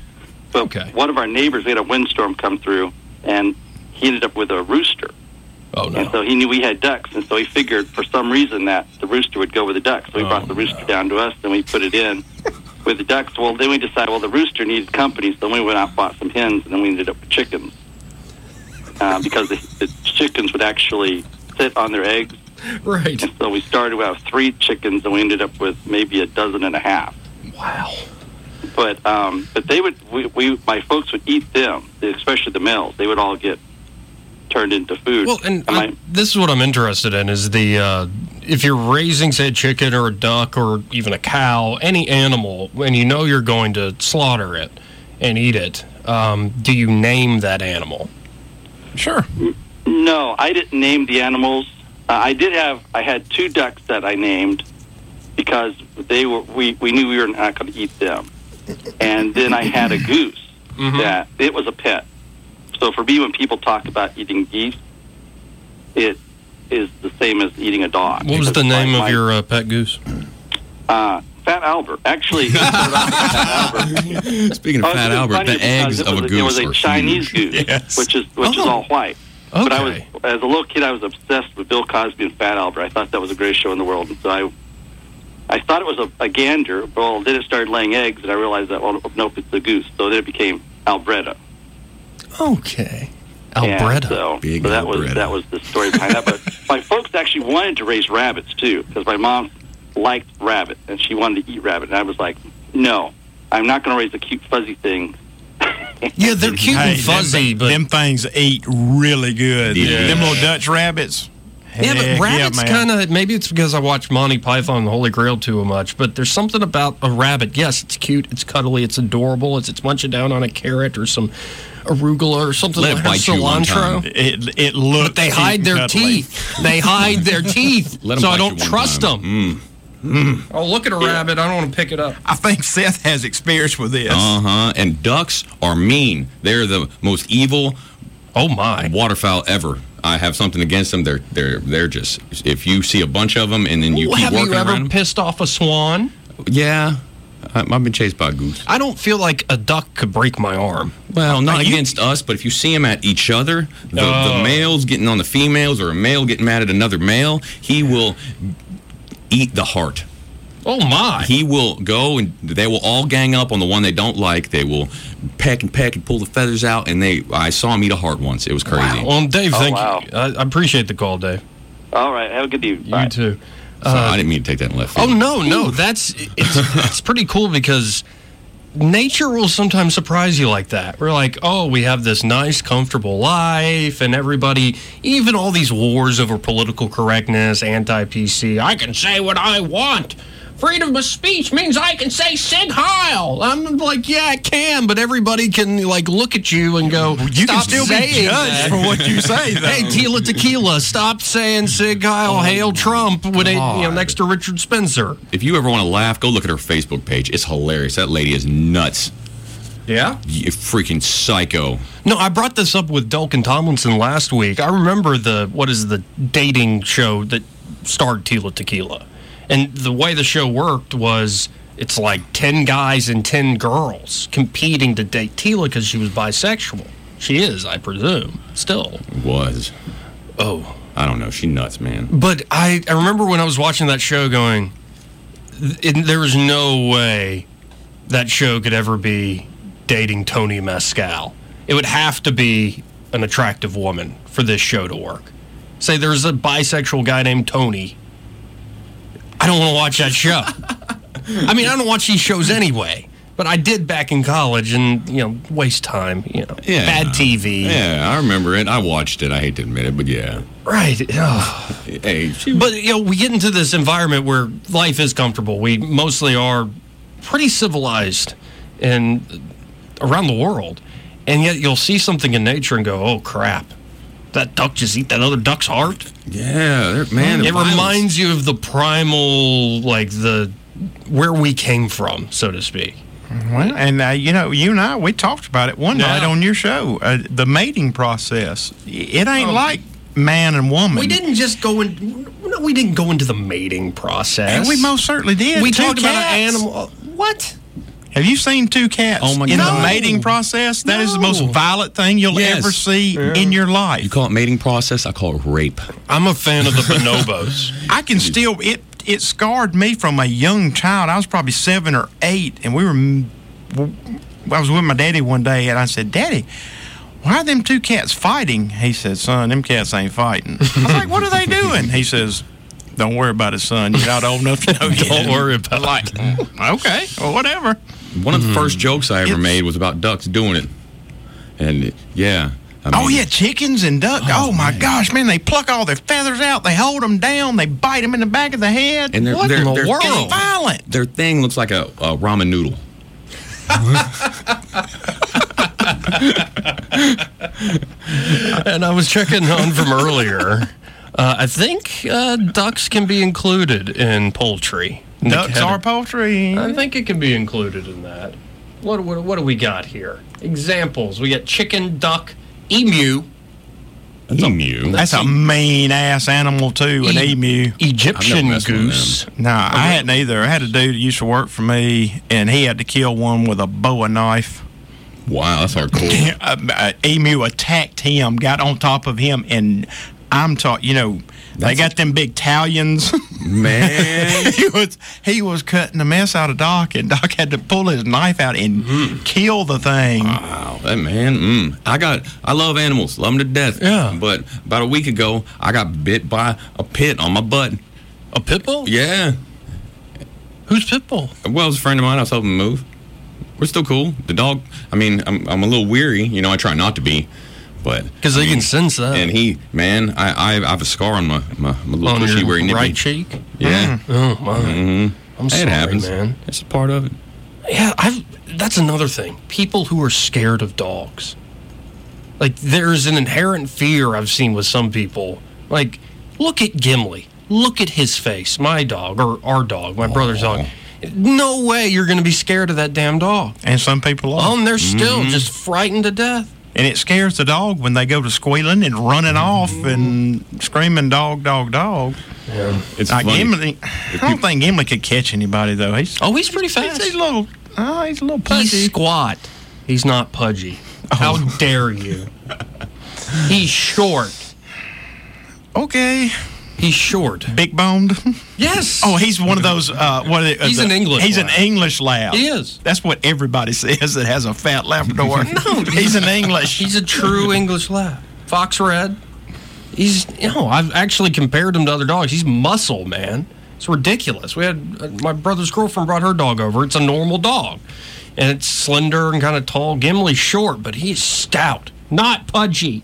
S8: But
S4: Okay.
S8: one of our neighbors, we had a windstorm come through, and he ended up with a rooster,
S4: oh
S8: and so he knew we had ducks, and so he figured for some reason that the rooster would go with the ducks. So we brought
S4: Oh,
S8: the rooster down to us, and we put it in with the ducks. Well, then we decided, well, the rooster needed company, so then we went out and bought some hens, and then we ended up with chickens uh, because the, the chickens would actually sit on their eggs.
S4: right?
S8: So we started with three chickens, and we ended up with maybe a dozen and a half.
S4: Wow.
S8: But um, but they would we, we my folks would eat them, especially the males. They would all get turned into food.
S4: Well, and
S8: my-
S4: I, this is what I'm interested in: is the uh, if you're raising, say, a chicken or a duck or even a cow, any animal, and you know you're going to slaughter it and eat it, um, do you name that animal?
S5: Sure.
S8: No, I didn't name the animals. Uh, I did have I had two ducks that I named because they were we, we knew we were not going to eat them, and then I had a goose
S4: Mm-hmm.
S8: that it was a pet. So for me, when people talk about eating geese, it is the same as eating a dog.
S4: What was the
S8: Because my-
S4: name
S8: my,
S4: of your uh, pet goose?
S8: uh, Fat Albert? Actually, it started off as Fat Albert.
S6: Speaking of
S8: Oh,
S6: Fat
S8: it's
S6: Albert,
S8: funny
S6: the eggs
S8: because it
S6: of a
S8: was
S6: goose
S8: It was a
S6: are
S8: Chinese
S6: huge.
S8: goose,
S6: Yes.
S8: which is which is
S4: Oh.
S8: all white. But I was
S4: Okay.
S8: as a little kid, I was obsessed with Bill Cosby and Fat Albert. I thought that was the greatest show in the world, and so I. I thought it was a, a gander, but well, then it started laying eggs, and I realized that, well, nope, it's a goose. So then it became Albretta.
S4: Okay.
S8: And
S4: Albretta.
S8: So,
S6: Big
S8: so that was
S6: Albretta.
S8: that was the story behind that. But my folks actually wanted to raise rabbits too, because my mom liked rabbit and she wanted to eat rabbit, and I was like, no, I'm not going to raise a cute fuzzy thing.
S4: Yeah, they're cute
S5: Hey,
S4: and fuzzy,
S5: them,
S4: but
S5: them things eat really good.
S6: Yeah.
S5: Them little Dutch rabbits.
S4: yeah, but
S6: Eh,
S5: Heck
S4: rabbits
S5: man.
S4: kind of maybe it's because I watch Monty Python and the Holy Grail too much, but there's something about a rabbit. Yes, it's cute, it's cuddly, it's adorable, it's it's munching down on a carrot or some arugula or something
S6: Let
S4: like
S6: it bite
S4: that,
S6: you one time.
S4: cilantro.
S5: It it looks.
S4: But they hide their teeth. They hide their teeth,
S6: Let 'em
S4: so
S6: bite
S4: I
S6: you
S4: don't
S6: one
S4: trust
S6: time. Mm.
S4: them. Oh, look at a rabbit! I don't want to pick it up.
S5: I think Seth
S4: Uh-huh.
S6: Uh-huh,
S5: has experience with this.
S6: Uh huh. And ducks are mean. They're the most evil
S4: Oh my!
S6: Waterfowl ever. I have something against them. They're they're they're just. If you see a bunch of them and then you
S4: Well,
S6: keep
S4: have
S6: working
S4: you ever
S6: around 'em-
S4: pissed off a swan?
S6: yeah, I, I've been chased by a goose.
S4: I don't feel like a duck could break my arm.
S6: Well, not
S4: Are you-
S6: against us, but if you see them at each other, the, the
S4: Oh.
S6: males getting on the females or a male getting mad at another male, he will eat the heart.
S4: Oh my!
S6: He will go and they will all gang up on the one they don't like. They will peck and peck and pull the feathers out. And they, I saw him eat a heart once. It was crazy.
S4: Well, Dave,
S8: Oh,
S4: thank
S8: wow.
S4: you. I, I appreciate the call, Dave.
S8: All right. Have a good evening.
S4: You
S8: Bye.
S4: too.
S6: So I didn't mean to take that in left.
S4: Oh
S6: field.
S4: no, no, that's it's, it's pretty cool because nature will sometimes surprise you like that. We're like, oh, we have this nice, comfortable life, and everybody, even all these wars over political correctness, anti-PC. I can say what I want. Freedom of speech means I can say Sig Heil. I'm like, yeah, I can, but everybody can like look at you and go,
S5: You
S4: stop
S5: can still be
S4: saying
S5: judged
S4: that."
S5: for what you say, though. Oh,
S4: Hey, Tila Tequila, stop saying Sig Heil, hail Trump when it, you know
S6: God.
S4: next to Richard Spencer.
S6: If you ever want to laugh, go look at her Facebook page. It's hilarious. That lady is nuts.
S4: Yeah.
S6: You freaking psycho.
S4: No, I brought this up with Delkin Tomlinson last week. I remember the what is the dating show that starred Tila Tequila, and the way the show worked was it's like ten guys and ten girls competing to date Tila because she was bisexual. She is, I presume, still.
S6: Was.
S4: Oh,
S6: I don't know. She nuts, man.
S4: but I, I remember when I was watching that show going, th- it, there was no way that show could ever be dating Tony Mescal. It would have to be an attractive woman for this show to work. Say there's a bisexual guy named Tony. I don't want to watch that show. I mean, I don't watch these shows anyway. But I did back in college, and you know, waste time. You know,
S6: Yeah.
S4: bad TV.
S6: Yeah, I remember it. I watched it. I hate to admit it, but yeah.
S4: Right. Ugh.
S6: Hey, she
S4: But you know, we get into this environment where life is comfortable. We mostly are pretty civilized and around the world, and yet you'll see something in nature and go, "Oh crap." That duck just eat that other duck's heart.
S6: Yeah, they're- man.
S4: it
S6: the violence.
S4: reminds you of the primal, like the where we came from, so to speak.
S5: Well, and uh, you know, you and I, we talked about it one
S4: Yeah.
S5: night on your show. Uh, the mating process, I- it ain't
S4: Oh.
S5: like man and woman.
S4: We didn't just go in. No, we didn't go into the mating process.
S5: And we most certainly did.
S4: we
S5: Two
S4: talked about an
S5: cats.
S4: animal. uh, What?
S5: Have you seen two cats
S6: Oh, my
S5: in
S6: God.
S5: the mating process? That is the most
S4: No.
S5: violent thing you'll
S6: Yes.
S5: ever see in your life.
S6: You call it mating process? I call it rape.
S4: I'm a fan of the bonobos.
S5: I can still it it scarred me from a young child. I was probably seven or eight, and we were. m- w- I was with my daddy one day, and I said, "Daddy, why are them two cats fighting?" He said, "Son, them cats ain't fighting." I was like, "What are they doing?" He says. Don't worry about it, son. You're not old enough to know. Don't
S4: worry about it."
S5: like, Okay, well, whatever.
S6: One of the first jokes I ever
S5: Mm-hmm. It's-
S6: made was about ducks doing it. And it- yeah. I mean,
S5: oh yeah, chickens and duck. Oh, my gosh, man! They pluck all their feathers out. They hold them down. They bite them in the back of the head.
S6: And they're,
S5: what
S6: they're,
S5: in the
S6: they're-
S5: world? It's violent.
S6: Their thing looks like a, a ramen noodle.
S4: and I was checking on from earlier. Uh, I think uh, ducks can be included in poultry. Nick
S5: Ducks
S4: had-
S5: are poultry.
S4: I think it can be included in that. What, what what do we got here? Examples: we got chicken, duck, emu,
S6: That's emu.
S5: That's a mean ass animal too, an
S4: E-
S5: emu.
S6: I've never
S4: Egyptian
S6: messed with
S4: goose.
S5: No, I hadn't either. I had a dude that used to work for me, and he had to kill one with a boa knife.
S6: wow, that's hardcore.
S5: A- a uh, emu attacked him, got on top of him, and I'm taught, you know, they
S6: That's
S5: got
S6: a-
S5: them big Italians.
S6: Man.
S5: he was he was cutting a mess out of Doc, and Doc had to pull his knife out and
S6: Mm-hmm.
S5: kill the thing.
S6: Wow, that man. Mm, I got. I love animals. Love them to death.
S4: Yeah.
S6: But about a week ago, I got bit by a pit on my butt.
S4: A pit bull?
S6: Yeah.
S4: Who's pit bull?
S6: Well, it was a friend of mine. I was helping him move. We're still cool. The dog. I mean, I'm, I'm a little weary. You know, I try not to be, but
S4: Because
S6: I
S4: they
S6: mean,
S4: can sense that
S6: Mm. And he, man, I, I, I have a scar on my my, my little
S4: on
S6: cushy where he nipped me.
S4: your right cheek.
S6: Yeah,
S5: Mm.
S4: Oh my! I'm sorry,
S6: it happens.
S4: man.
S6: It's a part of it.
S4: Yeah, I've. That's another thing. People who are scared of dogs, like there's an inherent fear I've seen with some people. Like, look at Gimli. Look at his face. My dog or our dog, my brother's dog. No way you're going to be scared of that damn dog. Um,
S5: And some people are.
S4: Oh, and they're still just frightened to death.
S5: And it scares the dog when they go to squealing and running off and screaming dog, dog, dog.
S6: Yeah. It's
S5: like
S6: funny.
S5: Emily, I don't think Emily could catch anybody though. He's
S4: Oh, he's pretty fast.
S5: He's, a little, oh, he's a little pudgy.
S4: He's squat. He's not pudgy. How dare you? He's short.
S5: okay,
S4: He's short.
S5: big boned.
S4: Yes.
S5: Oh, he's one of those. Uh, what are they, uh,
S4: He's
S5: the-
S4: an English
S5: He's
S4: lab.
S5: an English lab.
S4: He is.
S5: That's what everybody says that has a fat Labrador. no, he's an English.
S4: He's a true English lab. Fox red. He's you know I've actually compared him to other dogs. He's muscle man. It's ridiculous. We had uh, my brother's girlfriend brought her dog over. It's a normal dog, and it's slender and kind of tall. Gimli's short, but he's stout, not pudgy.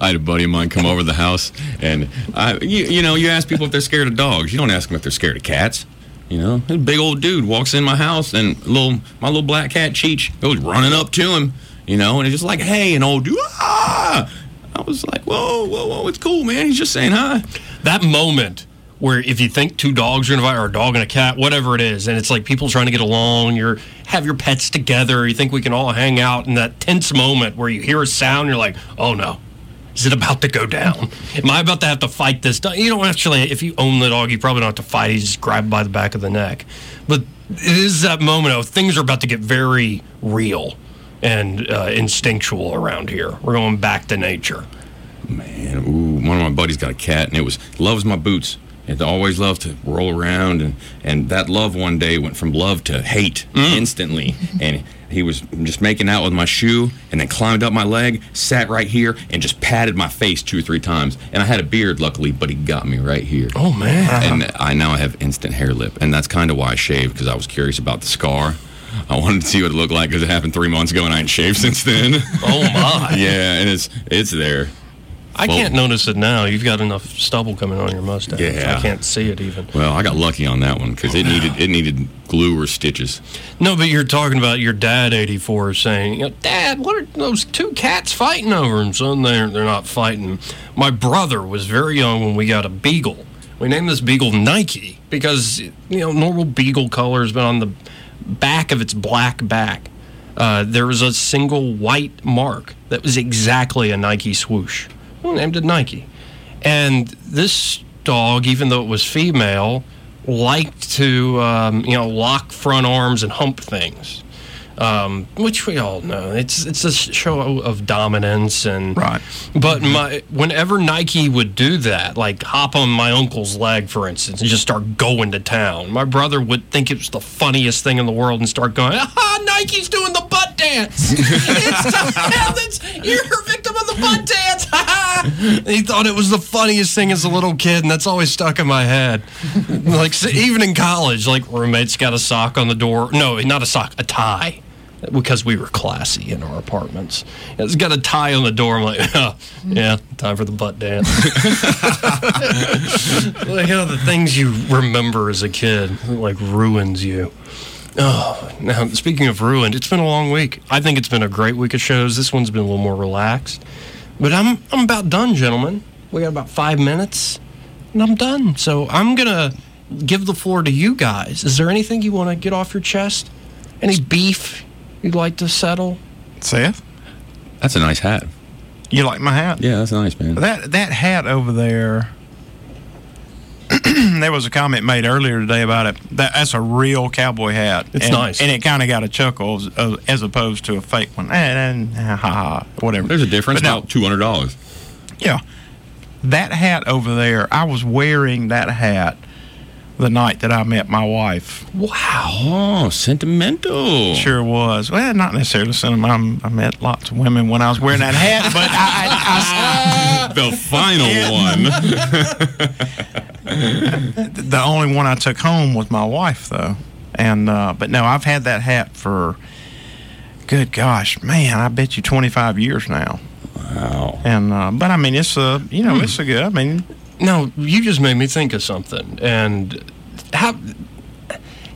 S6: I had a buddy of mine come over to the house, and I, you, you know, you ask people if they're scared of dogs. You don't ask them if they're scared of cats. You know, a big old dude walks in my house, and little my little black cat Cheech goes running up to him. You know, and it's just like, hey, an old dude. Ah! I was like, whoa, whoa, whoa, it's cool, man. He's just saying hi.
S4: that moment where if you think two dogs are invited or a dog and a cat, whatever it is, and it's like people trying to get along, you're have your pets together, you think we can all hang out, and that tense moment where you hear a sound, you're like, oh no. Is it about to go down? Am I about to have to fight this dog? You don't actually, if you own the dog, you probably don't have to fight. You just grab by the back of the neck. But it is that moment of things are about to get very real and uh, instinctual around here. We're going back to nature.
S6: Man, ooh, one of my buddies got a cat, and it was loves my boots. It always loved to roll around, and and that love one day went from love to hate instantly. And he was just making out with my shoe, and then climbed up my leg, sat right here, and just patted my face two or three times. And I had a beard, luckily, but he got me right here.
S4: Oh, man.
S6: And I now have instant hair lip, and that's kind of why I shaved because I was curious about the scar. I wanted to see what it looked like because it happened three months ago, and I ain't shaved since then.
S4: Oh, my.
S6: yeah, and it's it's there.
S4: I
S6: Well-
S4: can't notice it now. You've got enough stubble coming on your mustache.
S6: Yeah.
S4: I can't see it even.
S6: Well, I got lucky on that one because
S5: Oh,
S6: it needed it needed glue or stitches.
S4: No, but you're talking about your dad, 84, saying, you know, Dad, what are those two cats fighting over? And son, they're, they're not fighting. My brother was very young when we got a beagle. We named this beagle Nike because, you know, normal beagle colors, but on the back of its black back, uh, there was a single white mark that was exactly a Nike swoosh. We named it Nike. And this dog, even though it was female, liked to um, you know lock front arms and hump things, um, which we all know. It's it's a show of dominance and
S5: Right.
S4: But my whenever Nike would do that, like hop on my uncle's leg, for instance, and just start going to town, my brother would think it was the funniest thing in the world and start going, "Ah, Nike's doing the butt dance! it's time! It's, you're a victim of the butt dance!" he thought it was the funniest thing as a little kid, and that's always stuck in my head. like s- even in college, like roommates got a sock on the door. No, not a sock, a tie. Because we were classy in our apartments, it's got a tie on the door. I'm like, yeah, time for the butt dance. like, you know, the things you remember as a kid like ruins you. Oh, now speaking of ruined, it's been a long week. I think it's been a great week of shows. This one's been a little more relaxed, but I'm I'm about done, gentlemen. We got about five minutes, and I'm done. So I'm gonna give the floor to you guys. Is there anything you want to get off your chest? Any beef you'd like to settle?
S5: Seth,
S6: That's a nice hat.
S5: you like my hat?
S6: Yeah, that's nice, man.
S5: That that hat over there. there was a comment made earlier today about it. That, that's a real cowboy hat.
S4: It's
S5: And-
S4: nice.
S5: and it kind of got a chuckle as, as, as opposed to a fake one. And, ha ha, whatever.
S6: There's a difference.
S5: But no,
S6: About two hundred dollars.
S5: Yeah. That hat over there, I was wearing that hat the night that I met my wife.
S4: Wow.
S6: Oh, sentimental.
S5: Sure was. Well, not necessarily. Cinema. I'm, I met lots of women when I was wearing that hat, but I, I- I-
S6: The final one.
S5: the only one I took home was my wife, though. And uh, but no, I've had that hat for good gosh, man, I bet you 25 years now.
S6: Wow.
S5: And uh, but I mean, it's a you know, it's a good. I mean,
S4: Now you just made me think of something. And how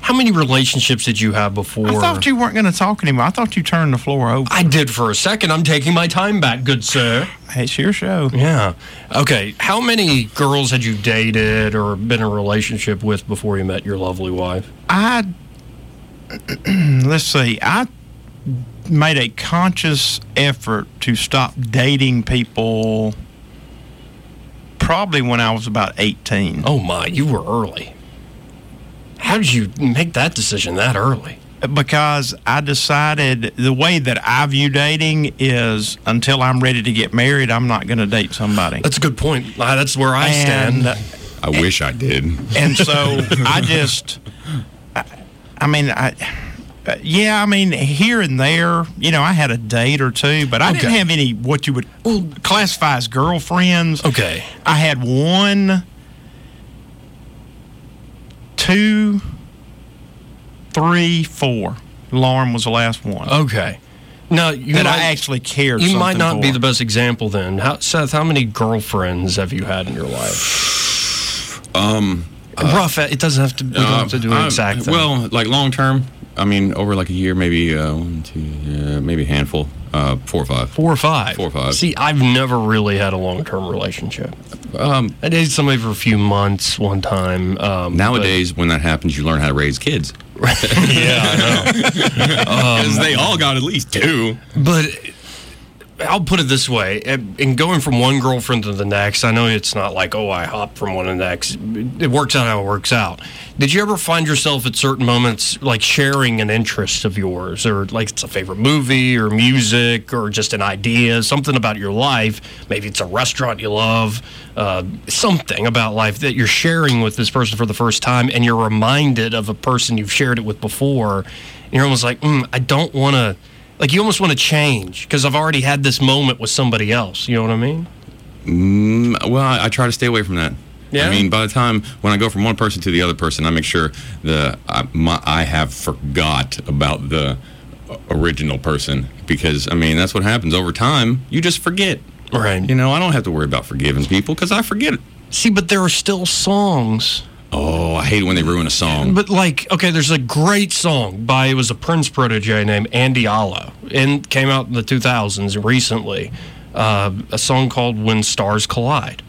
S4: how many relationships did you have before?
S5: I thought you weren't going to talk anymore. I thought you turned the floor over.
S4: I did for a second. I'm taking my time back, good sir.
S5: It's your show.
S4: Yeah. Okay. How many girls had you dated or been in a relationship with before you met your lovely wife?
S5: I let's see. I made a conscious effort to stop dating people probably when I was about 18.
S4: Oh my, you were early. How did you make that decision that early?
S5: Because I decided the way that I view dating is until I'm ready to get married, I'm not going to date somebody.
S4: That's a good point. Uh, That's where I
S5: And-
S4: stand.
S6: I wish I did.
S5: and so I just, I, I mean, I, uh, yeah, I mean, here and there, you know, I had a date or two, but I didn't
S4: Okay.
S5: have any what you would classify as girlfriends.
S4: Okay.
S5: I had one, two, three, four. Lauren was the last one
S4: Okay. Now you
S5: that
S4: might,
S5: I actually cared.
S4: you might
S5: something
S4: not be
S5: for.
S4: the best example then. How, Seth, how many girlfriends have you had in your life?
S6: Um,
S4: Rough. It doesn't have to. We don't have to do an
S6: I-
S4: exact. thing.
S6: Well, like long term, I mean, over like a year, maybe uh, one, two, uh, maybe a handful, uh, four or five.
S4: four or five.
S6: Four or five.
S4: See, I've never really had a long term relationship. Um, I dated somebody for a few months one time. Um,
S6: Nowadays, when that happens, you learn how to raise kids
S4: but- yeah, I know. Oh,
S6: because they all got at least two.
S4: But I'll put it this way: eh, in going from one girlfriend to the next, I know it's not like oh, I hop from one to the next. It works out how it works out. Did you ever find yourself at certain moments like sharing an interest of yours, or like it's a favorite movie, or music, or just an idea, something about your life? Maybe it's a restaurant you love, uh, something about life that you're sharing with this person for the first time, and you're reminded of a person you've shared it with before. And you're almost like, mm, I don't want to like you almost want to change because I've already had this moment with somebody else. You know what I mean?
S6: Well, I, I try to stay away from that.
S4: Yeah?
S6: I mean, by the time when I go from one person to the other person, I make sure the I, my, I have forgot about the original person because I mean that's what happens over time. You just forget.
S4: Right.
S6: You know, I don't have to worry about forgiving people because I forget it.
S4: See, but there are still songs.
S6: Oh, I hate it when they ruin a song.
S4: But like, okay, there's a great song by it was a Prince protege named Andy Allo, and came out in the 2000s recently. Uh, a song called "When Stars Collide."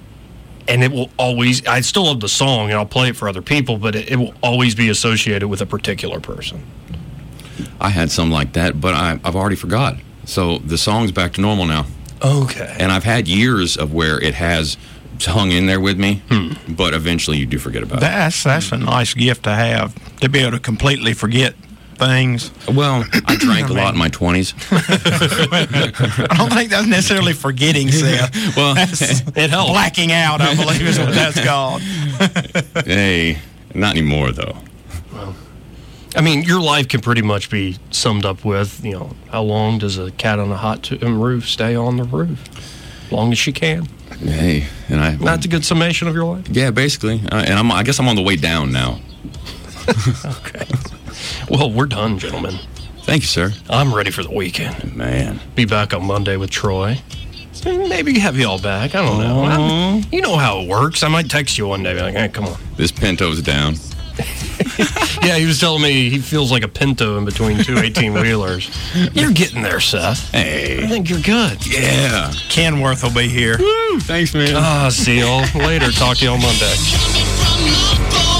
S4: and it will always i still love the song and i'll play it for other people but it, it will always be associated with a particular person
S6: I had some like that, but I, I've already forgot. So the song's back to normal now.
S4: okay
S6: And I've had years of where it has hung in there with me, but eventually you do forget about
S5: That's that's a nice gift to have to be able to completely forget things.
S6: it. Well, I drank a lot in my 20s.
S5: I don't think that's necessarily forgetting, Seth.
S6: Well,
S5: That's
S4: it helps
S5: blacking out, I believe, is what that's called.
S6: hey, not anymore though.
S4: I mean, your life can pretty much be summed up with, you know, how long does a cat on a hot t- um, roof stay on the roof? Long as she can.
S6: Hey, and I
S4: Not a good summation of your life.
S6: yeah, basically. Uh, and I'm I guess I'm on the way down now.
S4: Okay. well, we're done, gentlemen.
S6: Thank you, sir.
S4: I'm ready for the weekend.
S6: Man,
S4: Be back on Monday with Troy. Maybe have you all back. I don't know.
S6: Uh-huh.
S4: I'm- you know how it works. I might text you one day. Be like, hey, come on.
S6: this Pinto's down.
S4: Yeah, he was telling me he feels like a pinto in between two 18 wheelers. You're getting there, Seth. I
S6: Hey,
S4: think you're good.
S6: yeah.
S5: Kenworth will be here.
S6: Thanks, man.
S4: Ah, see y'all later. Talk to y'all Monday.
S9: Coming from my bones.